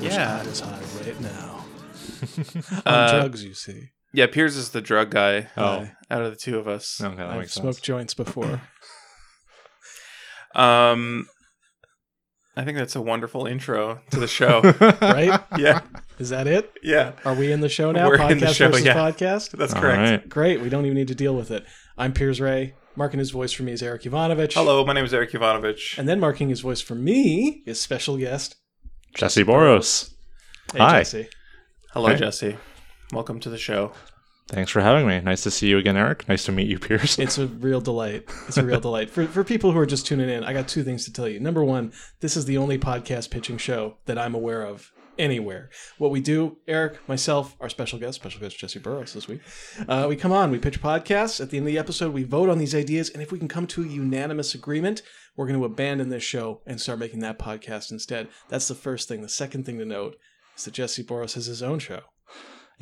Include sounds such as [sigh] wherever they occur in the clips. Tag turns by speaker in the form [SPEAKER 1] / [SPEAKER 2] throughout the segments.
[SPEAKER 1] Yeah.
[SPEAKER 2] shot is high right now. On
[SPEAKER 1] Uh,
[SPEAKER 2] drugs, you see.
[SPEAKER 1] Yeah, Piers is the drug guy uh,
[SPEAKER 3] Oh.
[SPEAKER 1] out of the two of us.
[SPEAKER 3] Okay, that
[SPEAKER 2] I've
[SPEAKER 3] makes
[SPEAKER 2] smoked
[SPEAKER 3] sense.
[SPEAKER 2] joints before.
[SPEAKER 3] Oh.
[SPEAKER 1] Um, I think that's a wonderful intro to the show.
[SPEAKER 3] [laughs]
[SPEAKER 1] [laughs]
[SPEAKER 2] right?
[SPEAKER 1] yeah,
[SPEAKER 2] Is that it?
[SPEAKER 1] yeah,
[SPEAKER 2] Are we in the show now?
[SPEAKER 1] We're
[SPEAKER 2] podcast
[SPEAKER 1] in the show,
[SPEAKER 2] versus
[SPEAKER 1] yeah.
[SPEAKER 2] podcast?
[SPEAKER 1] that's
[SPEAKER 3] All
[SPEAKER 1] correct.
[SPEAKER 3] right.
[SPEAKER 2] Great. We don't even need to deal with it. I'm Piers Ray. Marking his voice for me is Eric Ivanovich.
[SPEAKER 1] Hello, my name is Eric Ivanovich.
[SPEAKER 2] And then marking his voice for me is special guest.
[SPEAKER 3] Jesse Boros.
[SPEAKER 2] Hey,
[SPEAKER 3] Hi.
[SPEAKER 2] Jesse.
[SPEAKER 1] Hello,
[SPEAKER 3] Hey.
[SPEAKER 1] Jesse. Welcome to the show.
[SPEAKER 3] Thanks for having me. Nice to see you again, Eric. Nice to meet you, [laughs] Pierce.
[SPEAKER 2] It's a real delight. It's a real delight. For, for people who are just tuning in, I got two things to tell you. Number one, this is the only podcast pitching show that I'm aware of anywhere. What we do, Eric, myself, our special guest, special guest Jesse Burrows this week, uh, we come on, we pitch podcasts. At the end of the episode, we vote on these ideas. And if we can come to a unanimous agreement, we're going to abandon this show and start making that podcast instead. That's the first thing. The second thing to note is that Jesse Boros has his own show.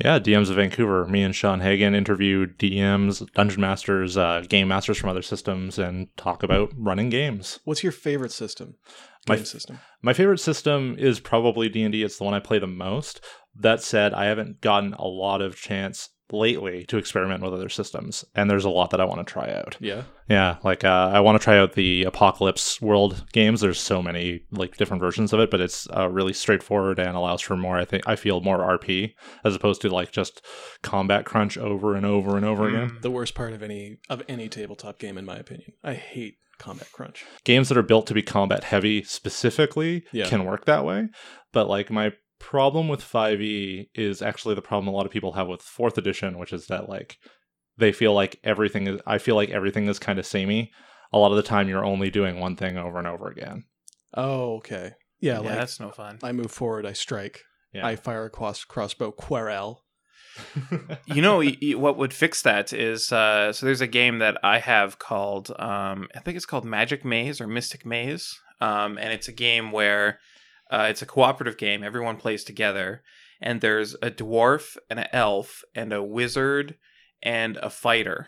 [SPEAKER 3] Yeah, DMs of Vancouver. Me and Sean Hagan interview DMs, dungeon masters, uh, game masters from other systems, and talk about running games.
[SPEAKER 2] What's your favorite system?
[SPEAKER 3] My
[SPEAKER 2] Game
[SPEAKER 3] f-
[SPEAKER 2] system.
[SPEAKER 3] My favorite system is probably D and D. It's the one I play the most. That said, I haven't gotten a lot of chance lately to experiment with other systems, and there's a lot that I want to try out.
[SPEAKER 2] Yeah.
[SPEAKER 3] Yeah, like uh, I want to try out the Apocalypse World games. There's so many like different versions of it, but it's uh, really straightforward and allows for more. I think I feel more RP as opposed to like just combat crunch over and over and over
[SPEAKER 1] Hmm. Mm.
[SPEAKER 3] again.
[SPEAKER 2] the worst part of any of any tabletop game in my opinion i hate combat crunch
[SPEAKER 3] Games that are built to be combat heavy specifically
[SPEAKER 2] Yeah.
[SPEAKER 3] can work that way, but like my problem with 5e is actually the problem a lot of people have with fourth edition, which is that like they feel like everything is. I feel like everything is kind of samey. A lot of the time, you're only doing one thing over and over again.
[SPEAKER 1] [laughs]
[SPEAKER 2] oh okay yeah, like
[SPEAKER 1] that's no fun.
[SPEAKER 2] i move forward i strike
[SPEAKER 3] Yeah.
[SPEAKER 2] i fire a cross- crossbow querel
[SPEAKER 1] you know y- y- what would fix that is uh, so there's a game that I have called um, I think it's called Magic Maze or Mystic Maze, um, and it's a game where uh, it's a cooperative game. Everyone plays together, and there's a dwarf and an elf and a wizard and a fighter,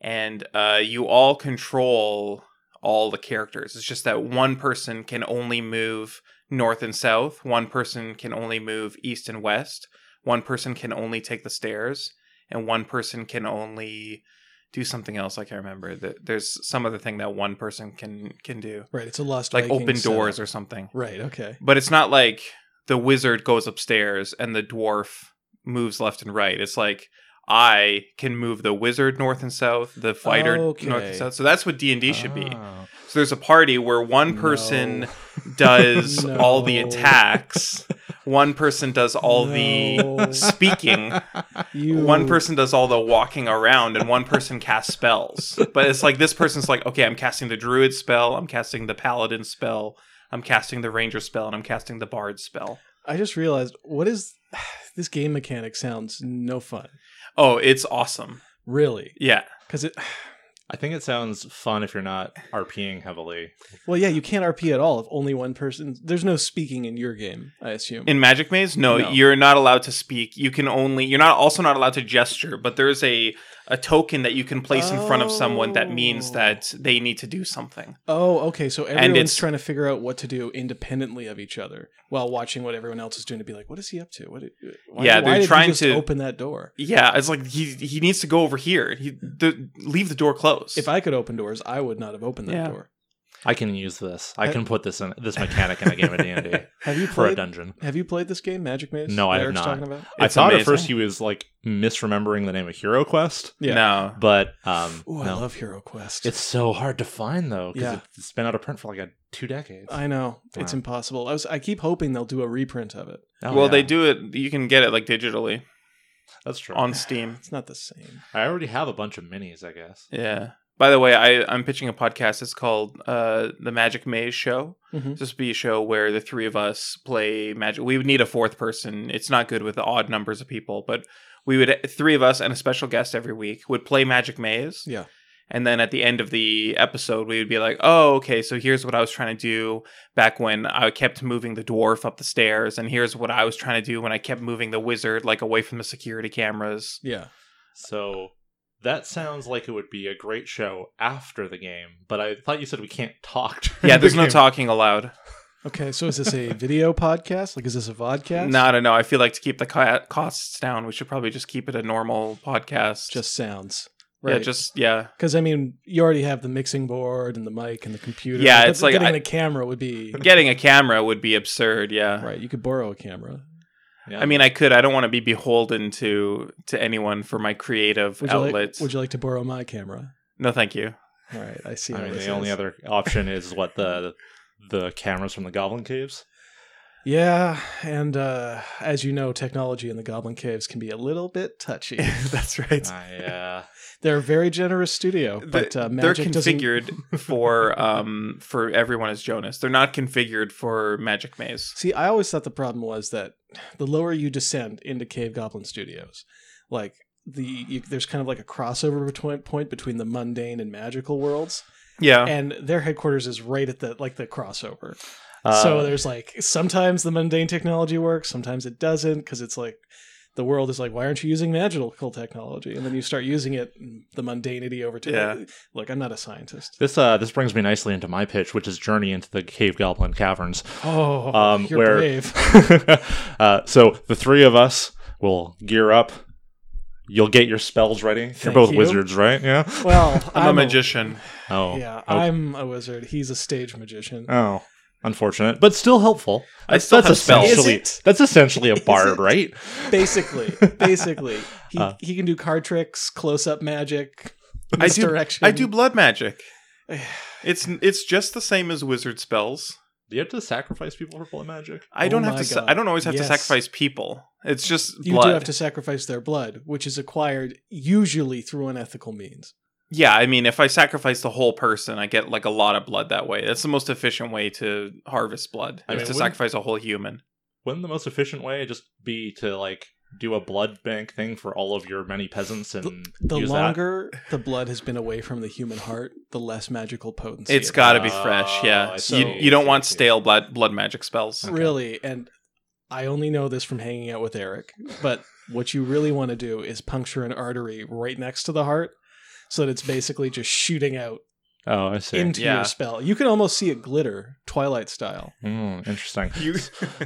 [SPEAKER 1] and uh, you all control all the characters. It's just that one person can only move north and south. One person can only move east and west one person can only take the stairs and one person can only do something else i can't remember Th- there's some other thing that one person can can do
[SPEAKER 2] right it's a lost
[SPEAKER 1] like
[SPEAKER 2] Vikings
[SPEAKER 1] open
[SPEAKER 2] setup.
[SPEAKER 1] doors or something
[SPEAKER 2] right okay
[SPEAKER 1] but it's not like the wizard goes upstairs and the dwarf moves left and right it's like i can move the wizard north and south the fighter north
[SPEAKER 2] Okay.
[SPEAKER 1] and south so that's what d&d should be
[SPEAKER 3] Ah.
[SPEAKER 1] so there's a party where one person
[SPEAKER 2] No.
[SPEAKER 1] does all the
[SPEAKER 2] [laughs] No.
[SPEAKER 1] attacks one person does all
[SPEAKER 2] No.
[SPEAKER 1] the speaking
[SPEAKER 2] you
[SPEAKER 1] [laughs] one person does all the walking around and one person casts spells but it's like this person's like okay i'm casting the druid spell i'm casting the paladin spell i'm casting the ranger spell and i'm casting the bard spell
[SPEAKER 2] i just realized what is [sighs] this game mechanic sounds no fun
[SPEAKER 1] oh it's awesome
[SPEAKER 2] really
[SPEAKER 1] yeah
[SPEAKER 2] because it [sighs]
[SPEAKER 3] I think it sounds fun if you're not RPing heavily.
[SPEAKER 2] well yeah you can't rp at all if only one person there's no speaking in your game i assume
[SPEAKER 1] in magic maze no,
[SPEAKER 2] No.
[SPEAKER 1] you're not allowed to speak you can only you're not also not allowed to gesture but there's a a token that you can place in front of someone that means
[SPEAKER 2] Oh.
[SPEAKER 1] that they need to do something
[SPEAKER 2] Oh, okay. So
[SPEAKER 1] it's-
[SPEAKER 2] everyone's trying to figure out what to do independently of each other while watching what everyone else is doing to be like, what is he up to? What? Did, why,
[SPEAKER 1] Yeah,
[SPEAKER 2] why
[SPEAKER 1] they're
[SPEAKER 2] did he
[SPEAKER 1] trying
[SPEAKER 2] just
[SPEAKER 1] to-
[SPEAKER 2] open that door.
[SPEAKER 1] yeah it's like he he needs to go over here he the, leave the door closed
[SPEAKER 2] If I could open doors, I would not have opened that
[SPEAKER 1] Yeah.
[SPEAKER 2] door.
[SPEAKER 3] I can use this.
[SPEAKER 1] Uh,
[SPEAKER 3] I can put this in this mechanic in a game of
[SPEAKER 1] [laughs]
[SPEAKER 3] D and D
[SPEAKER 2] Have you
[SPEAKER 3] for a
[SPEAKER 2] played?
[SPEAKER 3] dungeon.
[SPEAKER 2] Have you played this game, Magic Maze?
[SPEAKER 3] No, I
[SPEAKER 2] that
[SPEAKER 3] have
[SPEAKER 2] Eric's
[SPEAKER 3] not.
[SPEAKER 2] Talking about?
[SPEAKER 3] I
[SPEAKER 1] It's
[SPEAKER 3] thought at
[SPEAKER 1] amazing.
[SPEAKER 3] first he was like misremembering the name of Hero Quest,
[SPEAKER 2] Yeah.
[SPEAKER 1] no
[SPEAKER 3] but um,
[SPEAKER 2] Ooh, I
[SPEAKER 3] no.
[SPEAKER 2] love Hero Quest.
[SPEAKER 3] it's so hard to find though because
[SPEAKER 2] Yeah.
[SPEAKER 3] it's been out of print for like a, two decades.
[SPEAKER 2] I know it's
[SPEAKER 3] Wow.
[SPEAKER 2] impossible. I was. I keep hoping they'll do a reprint of it.
[SPEAKER 3] Oh,
[SPEAKER 1] well,
[SPEAKER 3] yeah.
[SPEAKER 1] they do it. You can get it like digitally
[SPEAKER 3] That's true.
[SPEAKER 1] on Steam.
[SPEAKER 2] It's not the same.
[SPEAKER 3] I already have a bunch of minis, I guess.
[SPEAKER 1] Yeah. By the way, I, I'm pitching a podcast. It's called uh, The Magic Maze Show.
[SPEAKER 2] Mhm.
[SPEAKER 1] This would be a show where the three of us play magic. We would need a fourth person. It's not good with the odd numbers of people, but we would, three of us and a special guest every week, would play Magic Maze.
[SPEAKER 2] Yeah.
[SPEAKER 1] And then at the end of the episode, we would be like, oh, okay, so here's what I was trying to do back when I kept moving the dwarf up the stairs. And here's what I was trying to do when I kept moving the wizard, like away from the security
[SPEAKER 2] [laughs]
[SPEAKER 1] cameras.
[SPEAKER 2] Yeah.
[SPEAKER 3] So that sounds like it would be a great show after the game. But I thought you said we can't talk. during
[SPEAKER 1] Yeah,
[SPEAKER 3] the
[SPEAKER 1] there's no
[SPEAKER 3] game.
[SPEAKER 1] talking allowed.
[SPEAKER 2] Okay, so is this a
[SPEAKER 3] [laughs]
[SPEAKER 2] video podcast? Like, is this a vodcast?
[SPEAKER 1] No, I don't know. I feel like to keep the co- costs down, we should probably just keep it a normal podcast.
[SPEAKER 2] just sounds.
[SPEAKER 1] yeah, just yeah.
[SPEAKER 2] because I mean, you already have the mixing board and the mic and the computer.
[SPEAKER 1] Yeah,
[SPEAKER 2] Like,
[SPEAKER 1] it's like
[SPEAKER 2] getting
[SPEAKER 1] I-
[SPEAKER 2] a camera would be
[SPEAKER 1] Getting a camera would be absurd. Yeah.
[SPEAKER 2] right. You could borrow a camera.
[SPEAKER 3] Yeah.
[SPEAKER 1] I mean, I could. I don't want to be beholden to to anyone for my creative
[SPEAKER 2] Would you
[SPEAKER 1] outlets.
[SPEAKER 2] like? Would you like to borrow my camera?
[SPEAKER 1] no, thank you.
[SPEAKER 2] All right, I see.
[SPEAKER 3] I
[SPEAKER 2] how
[SPEAKER 3] mean,
[SPEAKER 2] this
[SPEAKER 3] the only
[SPEAKER 2] is.
[SPEAKER 3] other
[SPEAKER 2] [laughs]
[SPEAKER 3] option is what the the cameras from the Goblin Caves.
[SPEAKER 2] Yeah, and uh, as you know, technology in the Goblin Caves can be a little bit
[SPEAKER 3] [laughs]
[SPEAKER 2] touchy.
[SPEAKER 1] That's right.
[SPEAKER 3] I, uh,
[SPEAKER 2] [laughs] They're a very generous studio, but
[SPEAKER 1] The-
[SPEAKER 2] uh,
[SPEAKER 1] they're
[SPEAKER 2] magic doesn't.
[SPEAKER 1] configured
[SPEAKER 2] [laughs]
[SPEAKER 1] for um for everyone as Jonas. They're not configured for Magic Maze.
[SPEAKER 2] See, I always thought the problem was that the lower you descend into Cave Goblin Studios, like the you, there's kind of like a crossover between, point between the mundane and magical worlds,
[SPEAKER 1] Yeah.
[SPEAKER 2] and their headquarters is right at the like the crossover.
[SPEAKER 3] uh,
[SPEAKER 2] so there's like sometimes the mundane technology works, sometimes it doesn't because it's like the world is like, why aren't you using magical technology? And then you start using it, and the mundanity overtakes.
[SPEAKER 1] Yeah.
[SPEAKER 2] Look, I'm not a scientist.
[SPEAKER 3] this uh, this brings me nicely into my pitch, which is Journey into the Cave Goblin Caverns.
[SPEAKER 2] Oh,
[SPEAKER 3] Um,
[SPEAKER 2] you're
[SPEAKER 3] where-
[SPEAKER 2] brave.
[SPEAKER 3] [laughs] uh, so the three of us will gear up. You'll get your spells ready. You're
[SPEAKER 2] Thank
[SPEAKER 3] both
[SPEAKER 2] you.
[SPEAKER 3] wizards, right? Yeah.
[SPEAKER 2] Well,
[SPEAKER 1] [laughs] I'm, a magician.
[SPEAKER 3] Oh.
[SPEAKER 2] Yeah,
[SPEAKER 3] Oh.
[SPEAKER 2] I'm a wizard. He's a
[SPEAKER 1] [laughs]
[SPEAKER 2] stage magician.
[SPEAKER 3] Oh, unfortunate, but still helpful.
[SPEAKER 1] I still
[SPEAKER 3] that's
[SPEAKER 1] have spells.
[SPEAKER 3] essentially
[SPEAKER 2] Is it?
[SPEAKER 3] that's essentially
[SPEAKER 2] [laughs]
[SPEAKER 3] a
[SPEAKER 2] Is it?
[SPEAKER 3] bard, right?
[SPEAKER 2] basically, basically, he,
[SPEAKER 3] Uh.
[SPEAKER 2] he can do card tricks, close up magic,
[SPEAKER 1] I do-
[SPEAKER 2] misdirection.
[SPEAKER 1] I do blood
[SPEAKER 2] [sighs]
[SPEAKER 1] magic. It's it's just the same as wizard spells.
[SPEAKER 3] Do you have to sacrifice people for blood magic?
[SPEAKER 1] I
[SPEAKER 2] Oh
[SPEAKER 1] don't have
[SPEAKER 2] my
[SPEAKER 1] to. sa-
[SPEAKER 2] God.
[SPEAKER 1] I don't always have
[SPEAKER 2] Yes.
[SPEAKER 1] to sacrifice people. It's just
[SPEAKER 2] You
[SPEAKER 1] blood.
[SPEAKER 2] do have to sacrifice their blood, which is acquired usually through unethical means.
[SPEAKER 1] Yeah, I mean, if I sacrifice the whole person, I get like a lot of blood that way. That's the most efficient way to harvest blood.
[SPEAKER 3] I
[SPEAKER 1] is
[SPEAKER 3] mean,
[SPEAKER 1] to
[SPEAKER 3] wouldn't-
[SPEAKER 1] sacrifice a whole human.
[SPEAKER 3] Wouldn't the most efficient way just be to like do a blood bank thing for all of your many peasants and
[SPEAKER 2] The
[SPEAKER 3] use that?
[SPEAKER 2] longer the blood has been away from the human heart, the less magical potency.
[SPEAKER 1] It's
[SPEAKER 2] it
[SPEAKER 1] got to be
[SPEAKER 3] Oh,
[SPEAKER 1] fresh. Yeah,
[SPEAKER 3] I
[SPEAKER 1] you,
[SPEAKER 2] see,
[SPEAKER 1] you don't
[SPEAKER 3] I
[SPEAKER 1] want
[SPEAKER 3] see.
[SPEAKER 1] stale blood blood magic spells.
[SPEAKER 2] [laughs] has. really. And I only know this from hanging out with Eric, but what you really want to do is puncture an artery right next to the heart, so that it's basically just shooting out
[SPEAKER 3] Oh, I see.
[SPEAKER 2] into
[SPEAKER 1] Yeah.
[SPEAKER 2] your spell. You can almost see it glitter, Twilight style.
[SPEAKER 3] Mm, interesting.
[SPEAKER 1] You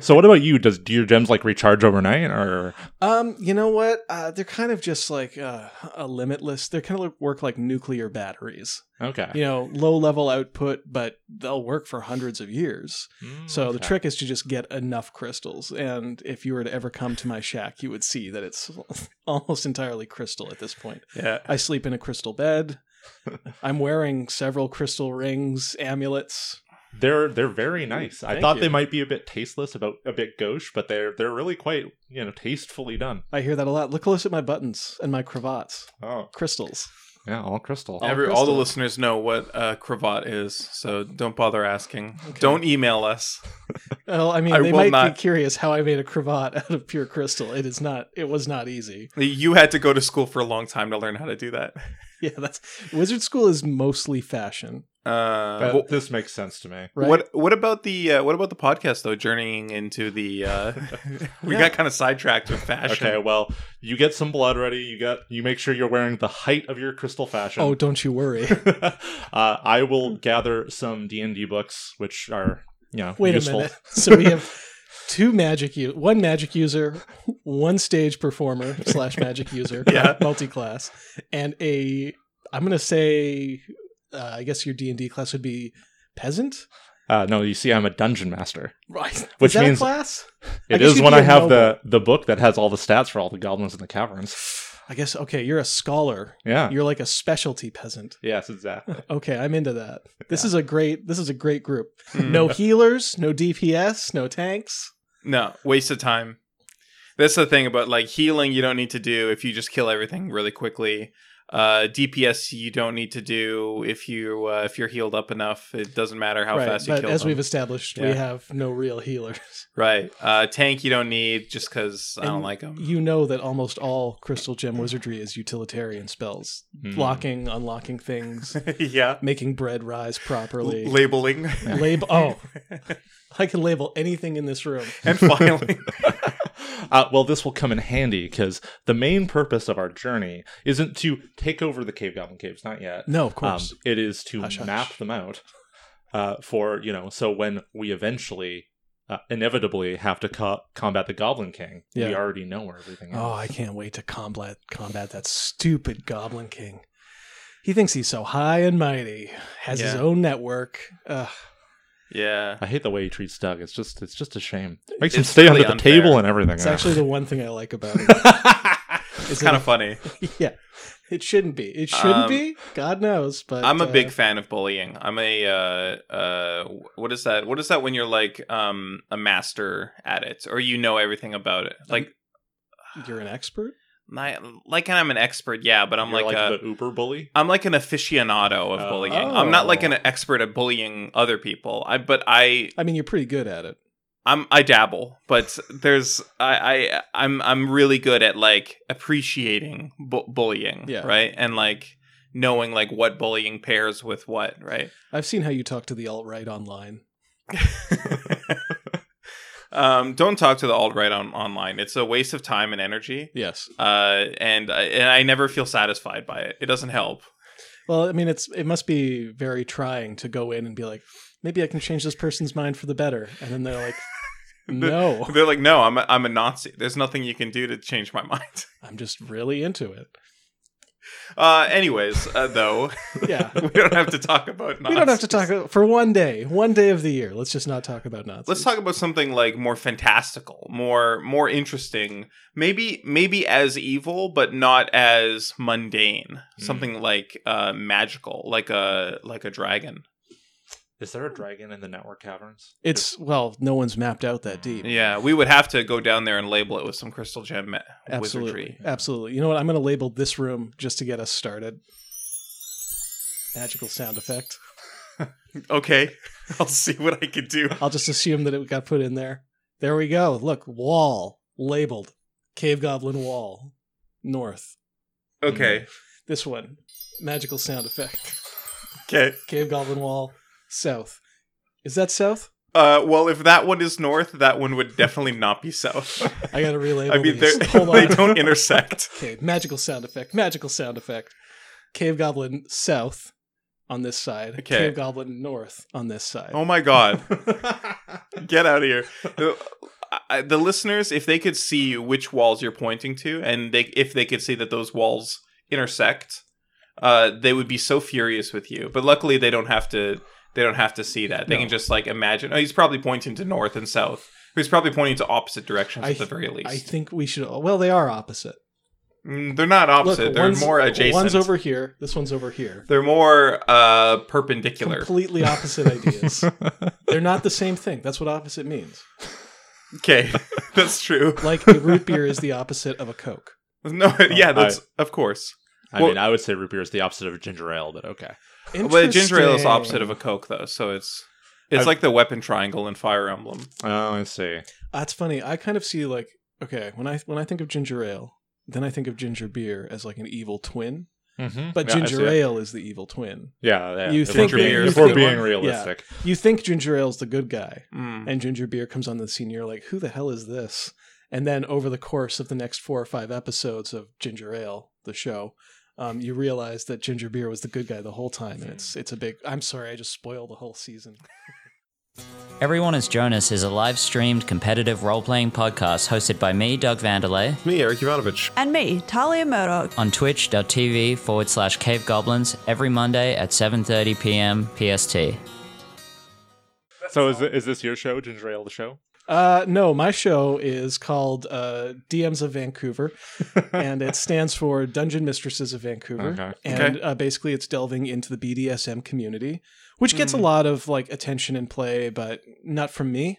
[SPEAKER 3] so, what about you? Does do your gems like recharge overnight, or
[SPEAKER 2] Um, you know what? Uh, they're kind of just like uh, a limitless. They kind of work like nuclear batteries.
[SPEAKER 3] okay?
[SPEAKER 2] You know, low level output, but they'll work for hundreds of years.
[SPEAKER 3] Mm,
[SPEAKER 2] So the
[SPEAKER 3] okay.
[SPEAKER 2] trick is to just get enough crystals. And if you were to ever come to my shack, you would see that it's [laughs] almost entirely crystal at this point.
[SPEAKER 1] [laughs] yeah.
[SPEAKER 2] I sleep in a crystal
[SPEAKER 1] [laughs]
[SPEAKER 2] bed. I'm wearing several crystal rings, amulets.
[SPEAKER 3] They're they're very nice. I
[SPEAKER 2] Thank
[SPEAKER 3] thought they
[SPEAKER 2] you.
[SPEAKER 3] might be a bit tasteless, about a bit gauche, but they're they're really quite you know tastefully done.
[SPEAKER 2] I hear that a lot. Look close at my buttons and my cravats.
[SPEAKER 3] Oh
[SPEAKER 2] Crystals.
[SPEAKER 3] yeah, all crystal.
[SPEAKER 2] Oh.
[SPEAKER 1] Every, all the
[SPEAKER 2] crystal.
[SPEAKER 1] listeners know what a cravat is, so don't bother asking. Don't email us.
[SPEAKER 2] Well, I mean,
[SPEAKER 1] I
[SPEAKER 2] they
[SPEAKER 1] will
[SPEAKER 2] might
[SPEAKER 1] not-
[SPEAKER 2] be curious how I made a cravat [laughs] out of pure crystal. It is not. It was not easy.
[SPEAKER 1] You had to go to school for a long time to learn how to do that.
[SPEAKER 2] Yeah, that's wizard school is mostly fashion,
[SPEAKER 1] Uh,
[SPEAKER 3] That-
[SPEAKER 1] wh-
[SPEAKER 3] this makes sense to me.
[SPEAKER 2] right?
[SPEAKER 1] What what about the uh, what about the podcast though? Journeying into the uh, [laughs] we
[SPEAKER 2] Yeah.
[SPEAKER 1] got kind of sidetracked with fashion.
[SPEAKER 3] Okay, well, you get some blood ready. You got you make sure you're wearing the height of your crystal fashion.
[SPEAKER 2] Oh, don't you
[SPEAKER 1] [laughs]
[SPEAKER 2] worry.
[SPEAKER 3] [laughs] uh, I will gather some D and D books, which are you know
[SPEAKER 2] Wait
[SPEAKER 3] useful.
[SPEAKER 2] a minute. So we have
[SPEAKER 1] [laughs]
[SPEAKER 2] two magic u- one magic user, one stage performer slash magic user,
[SPEAKER 1] [laughs] Yeah.
[SPEAKER 2] multi class, and a. I'm gonna say, uh, I guess your D and D class would be peasant,
[SPEAKER 3] Uh, no, you see, I'm a dungeon master.
[SPEAKER 2] right?
[SPEAKER 3] Which
[SPEAKER 2] is that
[SPEAKER 3] means-
[SPEAKER 2] a class. I
[SPEAKER 3] It
[SPEAKER 2] guess
[SPEAKER 3] is
[SPEAKER 2] you'd
[SPEAKER 3] when
[SPEAKER 2] be
[SPEAKER 3] I
[SPEAKER 2] a
[SPEAKER 3] have the the book that has all the stats for all the goblins in the caverns.
[SPEAKER 2] I guess okay, you're a scholar.
[SPEAKER 3] Yeah.
[SPEAKER 2] You're like a specialty peasant.
[SPEAKER 3] yes,
[SPEAKER 2] [laughs]
[SPEAKER 3] exactly.
[SPEAKER 2] Okay, I'm into that. This is a great this is a great group.
[SPEAKER 1] Hmm.
[SPEAKER 2] No healers, no DPS, no tanks.
[SPEAKER 1] No, waste of time. That's the thing about like healing you don't need to do if you just kill everything really quickly. Uh DPS you don't need to do if you uh, if you're healed up enough. It doesn't matter how fast you
[SPEAKER 2] but
[SPEAKER 1] kill
[SPEAKER 2] as
[SPEAKER 1] them.
[SPEAKER 2] we've established, we
[SPEAKER 1] Yeah.
[SPEAKER 2] have no real healers.
[SPEAKER 1] right. Uh tank you don't need just cuz I don't
[SPEAKER 2] And
[SPEAKER 1] like them.
[SPEAKER 2] You know that almost all crystal gem wizardry is utilitarian spells.
[SPEAKER 3] Mm.
[SPEAKER 2] Locking, unlocking things,
[SPEAKER 1] [laughs] yeah.
[SPEAKER 2] making bread rise properly.
[SPEAKER 1] labeling
[SPEAKER 2] [laughs] label oh. I can label anything in this room.
[SPEAKER 1] and filing.
[SPEAKER 3] [laughs] uh, well, this will come in handy because the main purpose of our journey isn't to take over the cave goblin caves, not yet.
[SPEAKER 2] No, of
[SPEAKER 3] Um,
[SPEAKER 2] course.
[SPEAKER 3] it is to
[SPEAKER 2] Hush, hush.
[SPEAKER 3] map them out. uh, for you know so when we eventually uh, inevitably have to co- combat the Goblin King,
[SPEAKER 2] Yeah.
[SPEAKER 3] we already know where everything is.
[SPEAKER 2] Oh, I can't wait to combat combat that stupid Goblin King. He thinks he's so high and mighty, has his
[SPEAKER 1] Yeah.
[SPEAKER 2] own network. Ugh.
[SPEAKER 1] [laughs] Yeah.
[SPEAKER 3] I hate the way he treats Doug. It's just it's just a shame. Makes him
[SPEAKER 1] It's
[SPEAKER 3] stay
[SPEAKER 1] really
[SPEAKER 3] under the
[SPEAKER 1] unfair.
[SPEAKER 3] table and everything.
[SPEAKER 2] It's
[SPEAKER 3] Ugh.
[SPEAKER 2] actually
[SPEAKER 3] [laughs]
[SPEAKER 2] the one thing I like about it.
[SPEAKER 1] it's kind of funny.
[SPEAKER 2] yeah, it shouldn't be. It shouldn't
[SPEAKER 1] Um,
[SPEAKER 2] be. God knows, but
[SPEAKER 1] I'm a
[SPEAKER 2] uh,
[SPEAKER 1] big fan of bullying. I'm a uh, uh, what is that? What is that when you're like um a master at it or you know everything about it? Like
[SPEAKER 2] uh, You're an expert.
[SPEAKER 1] my like I'm an expert, yeah, but I'm
[SPEAKER 3] You're
[SPEAKER 1] like, uh, a,
[SPEAKER 3] the Uber bully.
[SPEAKER 1] I'm like an aficionado of
[SPEAKER 3] Oh.
[SPEAKER 1] bullying. I'm not like
[SPEAKER 2] Oh.
[SPEAKER 1] an expert at bullying other people. I but I
[SPEAKER 2] I mean, you're pretty good at it.
[SPEAKER 1] I'm I dabble, but there's I I I'm I'm really good at like appreciating bu- bullying,
[SPEAKER 2] Yeah.
[SPEAKER 1] right? And like knowing like what bullying pairs with what,
[SPEAKER 3] [laughs]
[SPEAKER 1] right?
[SPEAKER 2] I've seen how you talk to the alt right online.
[SPEAKER 1] um, don't talk to the alt right on online. It's a waste of time and energy.
[SPEAKER 2] Yes.
[SPEAKER 1] Uh, and I, and I never feel satisfied by it. It doesn't help.
[SPEAKER 2] Well, I mean, it's it must be very trying to go in and be like, maybe I can change this person's mind for the better, and
[SPEAKER 1] [laughs]
[SPEAKER 2] then they're like, no,
[SPEAKER 1] They're like, no, I'm a, I'm a Nazi. There's nothing you can do to change my mind. [laughs]
[SPEAKER 2] I'm just really into it.
[SPEAKER 1] Uh, anyways, uh, though, [laughs]
[SPEAKER 2] Yeah.
[SPEAKER 1] we don't have to talk about. Nazis.
[SPEAKER 2] We don't have to talk for one day, one day of the year. Let's just not talk about Nazis.
[SPEAKER 1] Let's talk about something like more fantastical, more more interesting. Maybe maybe as evil, but not as mundane.
[SPEAKER 2] Hmm.
[SPEAKER 3] Mm.
[SPEAKER 1] Something like uh, magical, like a like a dragon.
[SPEAKER 3] Is there a dragon in the network caverns? [laughs]
[SPEAKER 2] It's well, no one's mapped out that deep.
[SPEAKER 1] Yeah, we would have to go down there and label it with some crystal gem ma-
[SPEAKER 2] Absolutely,
[SPEAKER 1] wizardry.
[SPEAKER 2] absolutely. You know what? I'm going to label this room just to get us started. Magical sound effect.
[SPEAKER 1] Okay, [laughs] I'll see what I can do.
[SPEAKER 2] I'll just assume that it got put in there. There we go. Look, wall labeled cave goblin wall north.
[SPEAKER 1] Okay,
[SPEAKER 2] This one, magical sound effect. [laughs]
[SPEAKER 1] okay.
[SPEAKER 2] Cave goblin wall south. Is that south?
[SPEAKER 1] Uh, well, if that one is north, that one would definitely not be
[SPEAKER 2] [laughs]
[SPEAKER 1] south.
[SPEAKER 2] I got to
[SPEAKER 1] [laughs]
[SPEAKER 2] relabel
[SPEAKER 1] I mean,
[SPEAKER 2] these.
[SPEAKER 1] they're-
[SPEAKER 2] Hold
[SPEAKER 1] they
[SPEAKER 2] on.
[SPEAKER 1] don't
[SPEAKER 2] [laughs]
[SPEAKER 1] intersect.
[SPEAKER 2] Okay, magical sound effect. Magical sound effect. Cave goblin south on this side.
[SPEAKER 1] Okay.
[SPEAKER 2] Cave goblin north on this side.
[SPEAKER 1] Oh my god. Get out of here. The- I- the listeners, if they could see which walls you're pointing to, and they, if they could see that those walls intersect, uh, they would be so furious with you. But luckily, they don't have to. They don't have to see that. They
[SPEAKER 2] No.
[SPEAKER 1] can just like imagine. Oh, he's probably pointing to north and south. He's probably pointing to opposite directions
[SPEAKER 2] I
[SPEAKER 1] at the
[SPEAKER 2] th-
[SPEAKER 1] very least.
[SPEAKER 2] I think we should. Well, they are opposite.
[SPEAKER 1] Mm, they're not opposite.
[SPEAKER 2] Look,
[SPEAKER 1] they're
[SPEAKER 2] one's-
[SPEAKER 1] more adjacent.
[SPEAKER 2] One's over here. This one's over here.
[SPEAKER 1] They're more uh, perpendicular.
[SPEAKER 2] Completely
[SPEAKER 1] [laughs]
[SPEAKER 2] opposite ideas. They're not the same thing. That's what opposite means.
[SPEAKER 1] okay, [laughs] that's true.
[SPEAKER 2] Like a root beer is the opposite of a Coke.
[SPEAKER 1] No, yeah, that's of course.
[SPEAKER 3] I
[SPEAKER 1] Well-
[SPEAKER 3] mean, I would say root beer is the opposite of ginger ale, but okay.
[SPEAKER 1] But ginger ale is opposite of
[SPEAKER 2] Interesting.
[SPEAKER 1] a Coke, though, so it's it's
[SPEAKER 3] I've-
[SPEAKER 1] like the weapon triangle in Fire Emblem.
[SPEAKER 3] Oh, I see.
[SPEAKER 2] That's funny. I kind of see like okay when I when I think of ginger ale, then I think of ginger beer as like an evil twin.
[SPEAKER 3] Mm-hmm.
[SPEAKER 2] But ginger ale is the evil twin.
[SPEAKER 3] Yeah, yeah.
[SPEAKER 2] You
[SPEAKER 3] if
[SPEAKER 2] think
[SPEAKER 3] we're being,
[SPEAKER 1] beer
[SPEAKER 3] if
[SPEAKER 1] is
[SPEAKER 3] we're
[SPEAKER 1] the
[SPEAKER 3] being
[SPEAKER 2] one-
[SPEAKER 3] realistic,
[SPEAKER 2] You think ginger ale's the good guy,
[SPEAKER 1] Mm.
[SPEAKER 2] and ginger beer comes on the scene. You're like, who the hell is this? And then over the course of the next four or five episodes of Ginger Ale, the show, um, you realize that Ginger Beer was the good guy the whole time, and it's it's a big. I'm sorry, I just spoiled the whole season.
[SPEAKER 4] Everyone is Jonas is a live streamed competitive role playing podcast hosted by me, Doug Vanderlei,
[SPEAKER 5] Me, Eric Ivanovich.
[SPEAKER 6] And me, Talia Murdoch.
[SPEAKER 4] on twitch.tv forward slash cave goblins every Monday at 7.30 pm PST.
[SPEAKER 3] So is, thi- is this your show, ginger ale, the [laughs] show?
[SPEAKER 2] Uh, no, my show is called uh, DMs of Vancouver, and it stands for Dungeon Mistresses of Vancouver.
[SPEAKER 3] Okay.
[SPEAKER 2] And
[SPEAKER 1] Okay.
[SPEAKER 2] Uh, basically, it's delving into the BDSM community, which gets a lot of like attention and play, but not from me.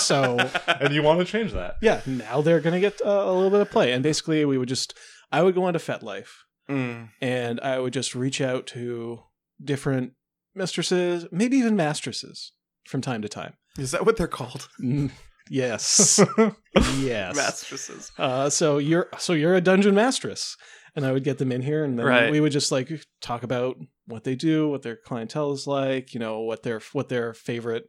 [SPEAKER 2] so
[SPEAKER 3] and you want to change that?
[SPEAKER 2] yeah, now they're gonna get uh, a little bit of play. And basically, we would just I would go onto FetLife
[SPEAKER 1] Mm.
[SPEAKER 2] and I would just reach out to different mistresses, maybe even mastresses, from time to time.
[SPEAKER 1] Is that what they're called?
[SPEAKER 2] Mm, yes, yes.
[SPEAKER 1] Mastresses.
[SPEAKER 2] Uh, so you're so you're a dungeon mastress, and I would get them in here, and then
[SPEAKER 1] Right.
[SPEAKER 2] we would just like talk about what they do, what their clientele is like, you know, what their what their favorite,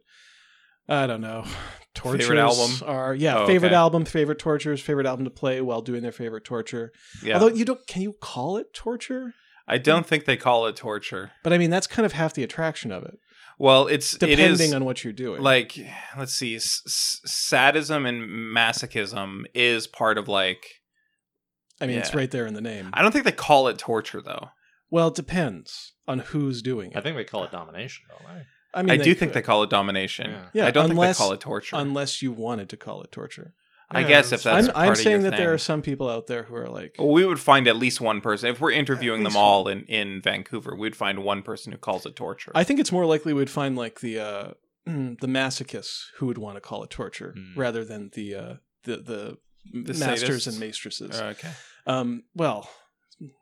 [SPEAKER 2] I don't know, [sighs] tortures
[SPEAKER 1] album?
[SPEAKER 2] are. Yeah,
[SPEAKER 1] Oh,
[SPEAKER 2] favorite
[SPEAKER 1] okay.
[SPEAKER 2] album, favorite tortures, favorite album to play while doing their favorite torture.
[SPEAKER 1] Yeah.
[SPEAKER 2] Although you don't, can you call it torture?
[SPEAKER 1] I don't think they call it torture.
[SPEAKER 2] But I mean, that's kind of half the attraction of it,
[SPEAKER 1] Well, it's
[SPEAKER 2] depending
[SPEAKER 1] it is
[SPEAKER 2] on what you're doing.
[SPEAKER 1] like let's see, s- s- sadism and masochism is part of like.
[SPEAKER 2] I mean, it's
[SPEAKER 1] yeah.
[SPEAKER 2] right there in the name.
[SPEAKER 1] I don't think they call it torture though.
[SPEAKER 2] well, it depends on who's doing
[SPEAKER 3] I
[SPEAKER 2] it.
[SPEAKER 3] think they call it domination, don't they?
[SPEAKER 2] I
[SPEAKER 1] I,
[SPEAKER 2] mean,
[SPEAKER 1] do think they
[SPEAKER 2] could,
[SPEAKER 1] call it domination.
[SPEAKER 3] Yeah.
[SPEAKER 2] Yeah,
[SPEAKER 1] I don't think
[SPEAKER 2] unless-
[SPEAKER 1] they call it torture.
[SPEAKER 2] unless you wanted to call it torture.
[SPEAKER 1] I
[SPEAKER 3] Yeah,
[SPEAKER 1] guess if that's
[SPEAKER 2] I'm,
[SPEAKER 1] part
[SPEAKER 2] I'm
[SPEAKER 1] of
[SPEAKER 2] saying
[SPEAKER 1] your
[SPEAKER 2] that there are
[SPEAKER 1] thing.
[SPEAKER 2] some people out there who are like,
[SPEAKER 1] Well, we would find at least one person if we're interviewing
[SPEAKER 2] At
[SPEAKER 1] them
[SPEAKER 2] least
[SPEAKER 1] all in, in Vancouver. We'd find one person who calls it torture.
[SPEAKER 2] I think it's more likely we'd find like the uh, [clears throat] mm, the masochists who would want to call it torture
[SPEAKER 3] Hmm.
[SPEAKER 2] rather than the uh, the the,
[SPEAKER 1] The
[SPEAKER 2] masters
[SPEAKER 1] sadists?
[SPEAKER 2] and mistresses.
[SPEAKER 1] okay.
[SPEAKER 2] Um, well,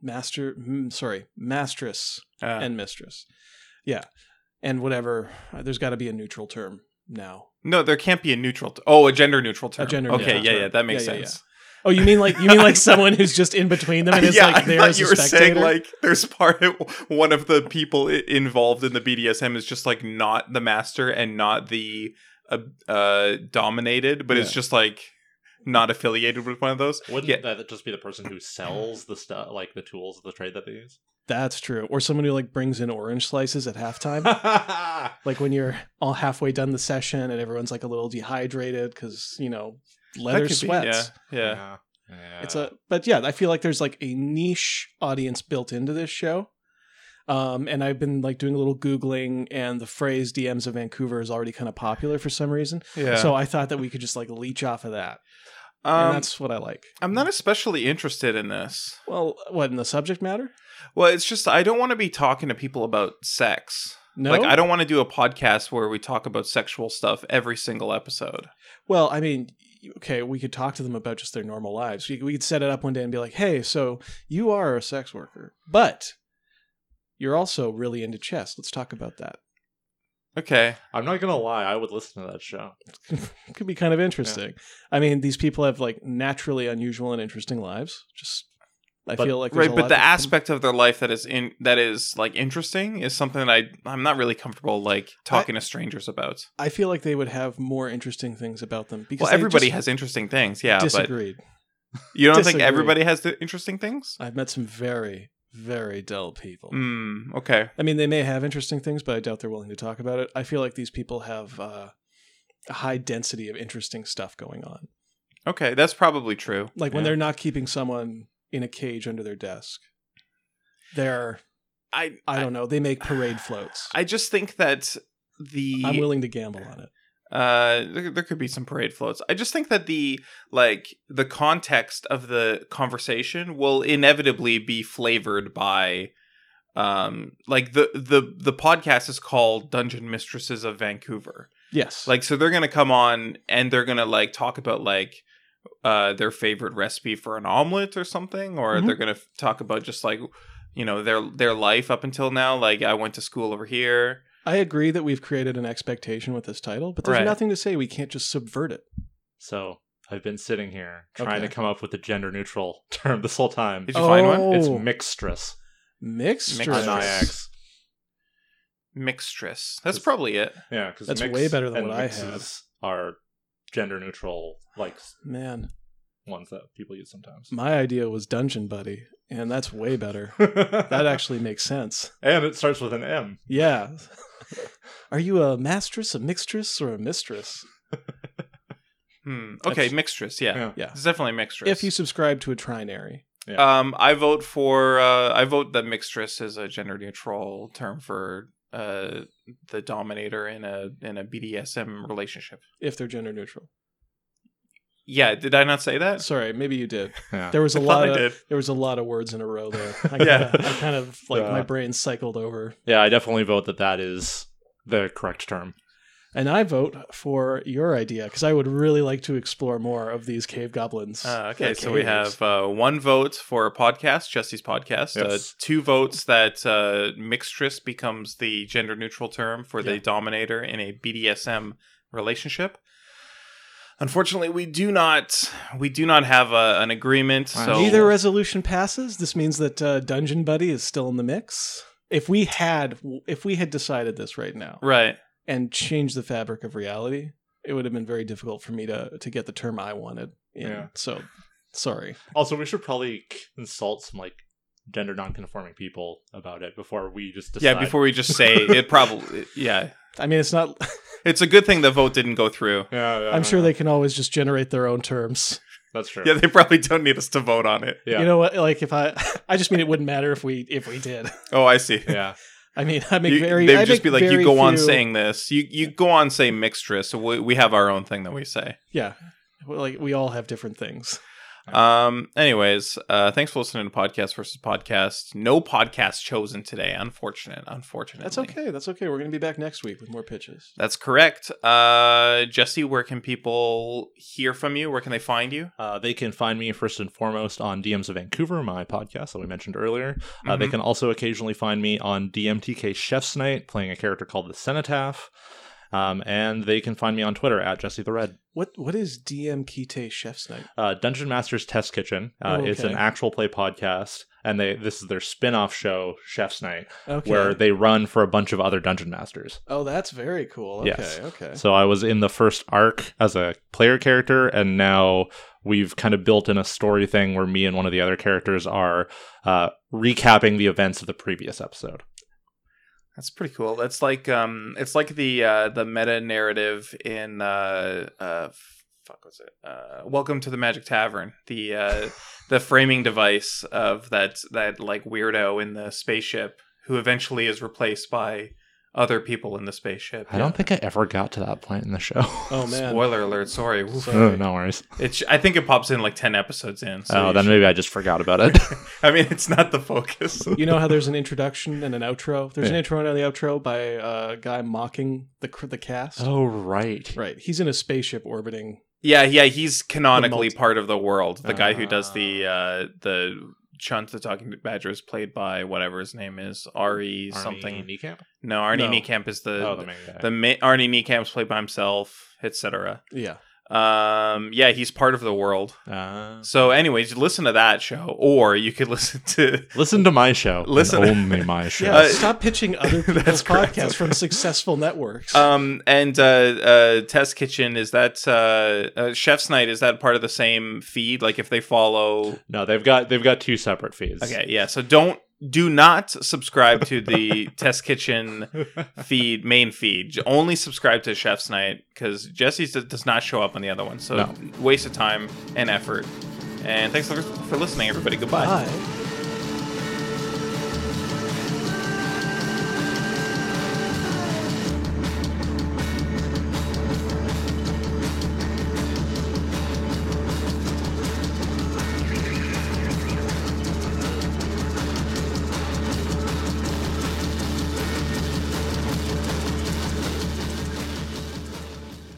[SPEAKER 2] master, mm, sorry, mistress
[SPEAKER 1] Uh,
[SPEAKER 2] and mistress. Yeah, and whatever. uh, There's got to be a neutral term now.
[SPEAKER 1] no, there can't be a neutral. T- oh, a gender neutral term.
[SPEAKER 2] gender
[SPEAKER 1] okay,
[SPEAKER 2] neutral
[SPEAKER 1] yeah,
[SPEAKER 2] term.
[SPEAKER 1] yeah, that makes
[SPEAKER 2] Yeah, yeah, yeah.
[SPEAKER 1] sense.
[SPEAKER 2] Oh, you mean like
[SPEAKER 1] [laughs]
[SPEAKER 2] you mean like someone who's just in between them and is like there
[SPEAKER 1] thought
[SPEAKER 2] as
[SPEAKER 1] you
[SPEAKER 2] a
[SPEAKER 1] were
[SPEAKER 2] spectator?
[SPEAKER 1] saying like there's part of, one of the people i- involved in the BDSM is just like not the master and not the uh, uh dominated, but it's
[SPEAKER 2] Yeah.
[SPEAKER 1] just like not affiliated with one of those.
[SPEAKER 3] Wouldn't
[SPEAKER 1] Yeah.
[SPEAKER 3] that just be the person who sells the stuff, like the tools of the trade that they [laughs] use?
[SPEAKER 2] That's true. Or someone who like brings in orange slices at halftime. like when you're all halfway done the session and everyone's like a little dehydrated because you know
[SPEAKER 1] That
[SPEAKER 2] leather
[SPEAKER 1] could be-
[SPEAKER 2] sweats
[SPEAKER 1] yeah, yeah.
[SPEAKER 3] Yeah.
[SPEAKER 2] it's a but yeah i feel like there's like a niche audience built into this show um, and i've been like doing a little googling and the phrase dms of vancouver is already kind of popular for some reason
[SPEAKER 1] Yeah.
[SPEAKER 2] so i thought that we could just like leech off of that and
[SPEAKER 1] um,
[SPEAKER 2] that's what i like
[SPEAKER 1] I'm not especially interested in this.
[SPEAKER 2] well what in the subject matter
[SPEAKER 1] Well, it's just I don't want to be talking to people about sex.
[SPEAKER 2] no
[SPEAKER 1] Like I don't want to do a podcast where we talk about sexual stuff every single episode.
[SPEAKER 2] Well, I mean, okay, we could talk to them about just their normal lives. We, we could set it up one day and be like, hey, so you are a sex worker, but you're also really into chess. Let's talk about that.
[SPEAKER 1] Okay.
[SPEAKER 3] I'm not gonna lie, I would listen to that show.
[SPEAKER 2] It could be kind of interesting. I mean, these people have like naturally unusual and interesting lives. Just, I
[SPEAKER 3] But-
[SPEAKER 2] feel like there's
[SPEAKER 1] right,
[SPEAKER 2] a
[SPEAKER 1] but
[SPEAKER 2] lot
[SPEAKER 1] the
[SPEAKER 2] of-
[SPEAKER 1] aspect of their life that is in that is like interesting is something that I I'm not really comfortable like talking to strangers about.
[SPEAKER 2] I feel like they would have more interesting things about them because
[SPEAKER 1] Well,
[SPEAKER 2] they
[SPEAKER 1] everybody
[SPEAKER 2] just
[SPEAKER 1] has interesting things, yeah,
[SPEAKER 2] disagreed.
[SPEAKER 1] but you don't
[SPEAKER 2] Disagree.
[SPEAKER 1] think everybody has the interesting things?
[SPEAKER 2] I've met some very, very dull people.
[SPEAKER 1] Mm, okay.
[SPEAKER 2] I mean, they may have interesting things, but I doubt they're willing to talk about it. I feel like these people have uh, a high density of interesting stuff going on.
[SPEAKER 1] Okay, that's probably true.
[SPEAKER 2] Like when
[SPEAKER 3] Yeah.
[SPEAKER 2] they're not keeping someone in a cage under their desk, they're,
[SPEAKER 1] I
[SPEAKER 2] I don't know, they make parade floats. I,
[SPEAKER 1] I just think that the
[SPEAKER 2] am willing to gamble on it.
[SPEAKER 1] Uh, there, there could be some parade floats. I just think that the like the context of the conversation will inevitably be flavored by um like the the the podcast is called Dungeon Mistresses of Vancouver.
[SPEAKER 2] Yes.
[SPEAKER 1] Like so they're going to come on and they're going to like talk about like uh their favorite recipe for an omelet or something or
[SPEAKER 2] Mhm.
[SPEAKER 1] they're going to talk about just like you know their their life up until now like I went to school over here.
[SPEAKER 2] I agree that we've created an expectation with this title, but there's
[SPEAKER 1] Right.
[SPEAKER 2] nothing to say we can't just subvert it.
[SPEAKER 3] So I've been sitting here trying
[SPEAKER 2] Okay.
[SPEAKER 3] to come up with a gender neutral [laughs] term this whole time.
[SPEAKER 1] Did you find one?
[SPEAKER 2] Oh.
[SPEAKER 3] It's mixtress.
[SPEAKER 2] Mixed.
[SPEAKER 1] Mixed.
[SPEAKER 3] On my
[SPEAKER 1] Mixtress.
[SPEAKER 3] ex. Mixtress.
[SPEAKER 1] That's
[SPEAKER 3] It's-
[SPEAKER 1] probably it.
[SPEAKER 3] Yeah, because
[SPEAKER 2] That's way better than what I have.
[SPEAKER 3] Are gender neutral like s-
[SPEAKER 2] Man,
[SPEAKER 3] ones that people use sometimes. [laughs]
[SPEAKER 2] my idea was Dungeon Buddy, and that's way better.
[SPEAKER 3] that
[SPEAKER 2] that actually makes sense.
[SPEAKER 3] and it starts with an M.
[SPEAKER 2] Yeah. [laughs] Are you a mastress, a mixtress, or a mistress?
[SPEAKER 1] Hmm. Okay,
[SPEAKER 2] That's-
[SPEAKER 1] mixtress. Yeah.
[SPEAKER 3] Yeah.
[SPEAKER 2] Yeah.
[SPEAKER 1] it's definitely mixtress.
[SPEAKER 2] If you subscribe to a trinary.
[SPEAKER 1] um, I vote for uh, I vote that mixtress is a gender neutral term for uh the dominator in a in a BDSM relationship.
[SPEAKER 2] If they're gender neutral,
[SPEAKER 1] Yeah, did I not say that?
[SPEAKER 2] sorry, maybe you did.
[SPEAKER 3] Yeah.
[SPEAKER 2] There was
[SPEAKER 3] [laughs]
[SPEAKER 2] a
[SPEAKER 1] Uh, I thought I
[SPEAKER 2] lot of
[SPEAKER 1] did.
[SPEAKER 2] there was a lot of words in a
[SPEAKER 1] [laughs]
[SPEAKER 2] row there. I
[SPEAKER 1] Yeah.
[SPEAKER 2] kinda, I kind of like
[SPEAKER 3] Yeah.
[SPEAKER 2] my brain cycled over,
[SPEAKER 3] Yeah, I definitely vote that that is the correct term.
[SPEAKER 2] and I vote for your idea because I would really like to explore more of these cave goblins.
[SPEAKER 1] Uh, okay,
[SPEAKER 2] They're
[SPEAKER 1] so we
[SPEAKER 2] caves.
[SPEAKER 1] have uh, one vote for a podcast, Jesse's podcast. Uh,
[SPEAKER 3] Yes.
[SPEAKER 1] two votes that uh, mixtress becomes the gender neutral term for the
[SPEAKER 2] Yeah.
[SPEAKER 1] dominator in a BDSM relationship. Unfortunately, we do not we do not have a, an agreement.
[SPEAKER 3] Wow.
[SPEAKER 1] So
[SPEAKER 2] Neither resolution passes. This means that uh, Dungeon Buddy is still in the mix. If we had if we had decided this right now
[SPEAKER 1] right.
[SPEAKER 2] and changed the fabric of reality, it would have been very difficult for me to to get the term I wanted. In.
[SPEAKER 3] Yeah.
[SPEAKER 2] So sorry.
[SPEAKER 3] Also, we should probably consult some like gender nonconforming people about it before we just decide.
[SPEAKER 1] Yeah, before we just say it, probably yeah,
[SPEAKER 2] I mean, it's not.
[SPEAKER 1] it's a good thing the vote didn't go through.
[SPEAKER 3] Yeah, yeah,
[SPEAKER 2] I'm sure
[SPEAKER 3] yeah.
[SPEAKER 2] they can always just generate their own terms.
[SPEAKER 3] That's true.
[SPEAKER 1] Yeah, they probably don't need us to vote on it.
[SPEAKER 3] yeah.
[SPEAKER 2] You know what? Like if I, [laughs] I just mean it wouldn't matter if we if we did.
[SPEAKER 1] Oh, I see.
[SPEAKER 3] yeah.
[SPEAKER 2] I mean, I make
[SPEAKER 1] You-
[SPEAKER 2] very.
[SPEAKER 1] they'd
[SPEAKER 2] I
[SPEAKER 1] just
[SPEAKER 2] make
[SPEAKER 1] be like, you
[SPEAKER 2] very
[SPEAKER 1] go on
[SPEAKER 2] few-
[SPEAKER 1] saying this. You you go on say mixtra. So we, we have our own thing that we say.
[SPEAKER 2] yeah. Well, Like we all have different things.
[SPEAKER 1] Um. Anyways, uh, thanks for listening to podcast versus podcast. No podcast chosen today. Unfortunate. Unfortunate.
[SPEAKER 2] That's okay. That's okay. We're gonna be back next week with more pitches.
[SPEAKER 1] That's correct. Uh, Jesse, where can people hear from you? Where can they find you?
[SPEAKER 3] Uh, they can find me first and foremost on DMs of Vancouver, my podcast that we mentioned earlier. Uh, they
[SPEAKER 2] Mm-hmm.
[SPEAKER 1] Mhm.
[SPEAKER 3] can also occasionally find me on DMTK Chef's Night, playing a character called the Cenotaph. Um, and they can find me on Twitter at Jesse the Red.
[SPEAKER 2] What what is DM Kite Chef's Night?
[SPEAKER 3] Uh, Dungeon Masters Test Kitchen. Uh,
[SPEAKER 2] Oh,
[SPEAKER 3] It's an
[SPEAKER 2] okay.
[SPEAKER 3] actual play podcast, and they this is their spin off show, Chef's Night,
[SPEAKER 2] Okay.
[SPEAKER 3] where they run for a bunch of other dungeon masters.
[SPEAKER 2] oh, that's very cool. Okay.
[SPEAKER 3] Yes.
[SPEAKER 2] Okay.
[SPEAKER 3] So I was in the first arc as a player character, and now we've kind of built in a story thing where me and one of the other characters are uh, recapping the events of the previous episode.
[SPEAKER 1] That's pretty cool. That's like um, it's like the uh, the meta narrative in uh, uh, fuck was it? Uh, Welcome to the Magic Tavern. The
[SPEAKER 3] [laughs]
[SPEAKER 1] uh, the framing device of that that like weirdo in the spaceship who eventually is replaced by other people in the spaceship.
[SPEAKER 3] I don't think I ever got to that point in the show.
[SPEAKER 2] oh man.
[SPEAKER 1] Spoiler alert! Sorry, Oof.
[SPEAKER 2] So-
[SPEAKER 3] Oh, no [laughs] worries.
[SPEAKER 1] it's. I think it pops in like ten episodes in. So
[SPEAKER 3] Oh,
[SPEAKER 1] you
[SPEAKER 3] then
[SPEAKER 1] should-
[SPEAKER 3] maybe I just forgot about it.
[SPEAKER 1] [laughs]
[SPEAKER 3] [laughs]
[SPEAKER 1] I mean, it's not the focus.
[SPEAKER 2] You know how there's an introduction and an outro. There's an
[SPEAKER 3] Yeah.
[SPEAKER 2] intro and an outro by a guy mocking the cr- the cast.
[SPEAKER 3] oh, right.
[SPEAKER 2] Right. He's in a spaceship orbiting.
[SPEAKER 1] Yeah, yeah, he's canonically
[SPEAKER 2] The multi-
[SPEAKER 1] part of the world. The guy who does the
[SPEAKER 3] Ah.
[SPEAKER 1] uh the Chunt the Talking Badger is played by whatever his name is, Ari something.
[SPEAKER 3] Kneecap?
[SPEAKER 1] No, Arnie
[SPEAKER 2] No.
[SPEAKER 1] Niekamp is the
[SPEAKER 3] oh, the main guy.
[SPEAKER 1] the ma- Arnie Niecamp's played by himself, etc.
[SPEAKER 2] Yeah.
[SPEAKER 1] Um, yeah, he's part of the uh, world.
[SPEAKER 3] Ah.
[SPEAKER 1] So, anyways, listen to that show, or you could [laughs] listen to.
[SPEAKER 3] listen to my show. and
[SPEAKER 1] Listen-
[SPEAKER 3] only my show.
[SPEAKER 2] Yeah.
[SPEAKER 1] Uh,
[SPEAKER 2] stop pitching
[SPEAKER 1] [laughs]
[SPEAKER 2] other
[SPEAKER 1] that's
[SPEAKER 2] people's
[SPEAKER 1] correct.
[SPEAKER 2] podcasts from successful networks.
[SPEAKER 1] Um and uh, uh Test Kitchen is that uh, uh Chef's Night is that part of the same feed? Like if they follow
[SPEAKER 3] No, they've got they've got two separate feeds.
[SPEAKER 1] Okay, yeah. So don't do not subscribe to the Test Kitchen feed main feed. J- Only subscribe to Chef's Night because Jesse's d- does not show up on the other one. So
[SPEAKER 3] No.
[SPEAKER 1] waste of time and effort. And thanks for, for listening, everybody. Goodbye.
[SPEAKER 2] Bye.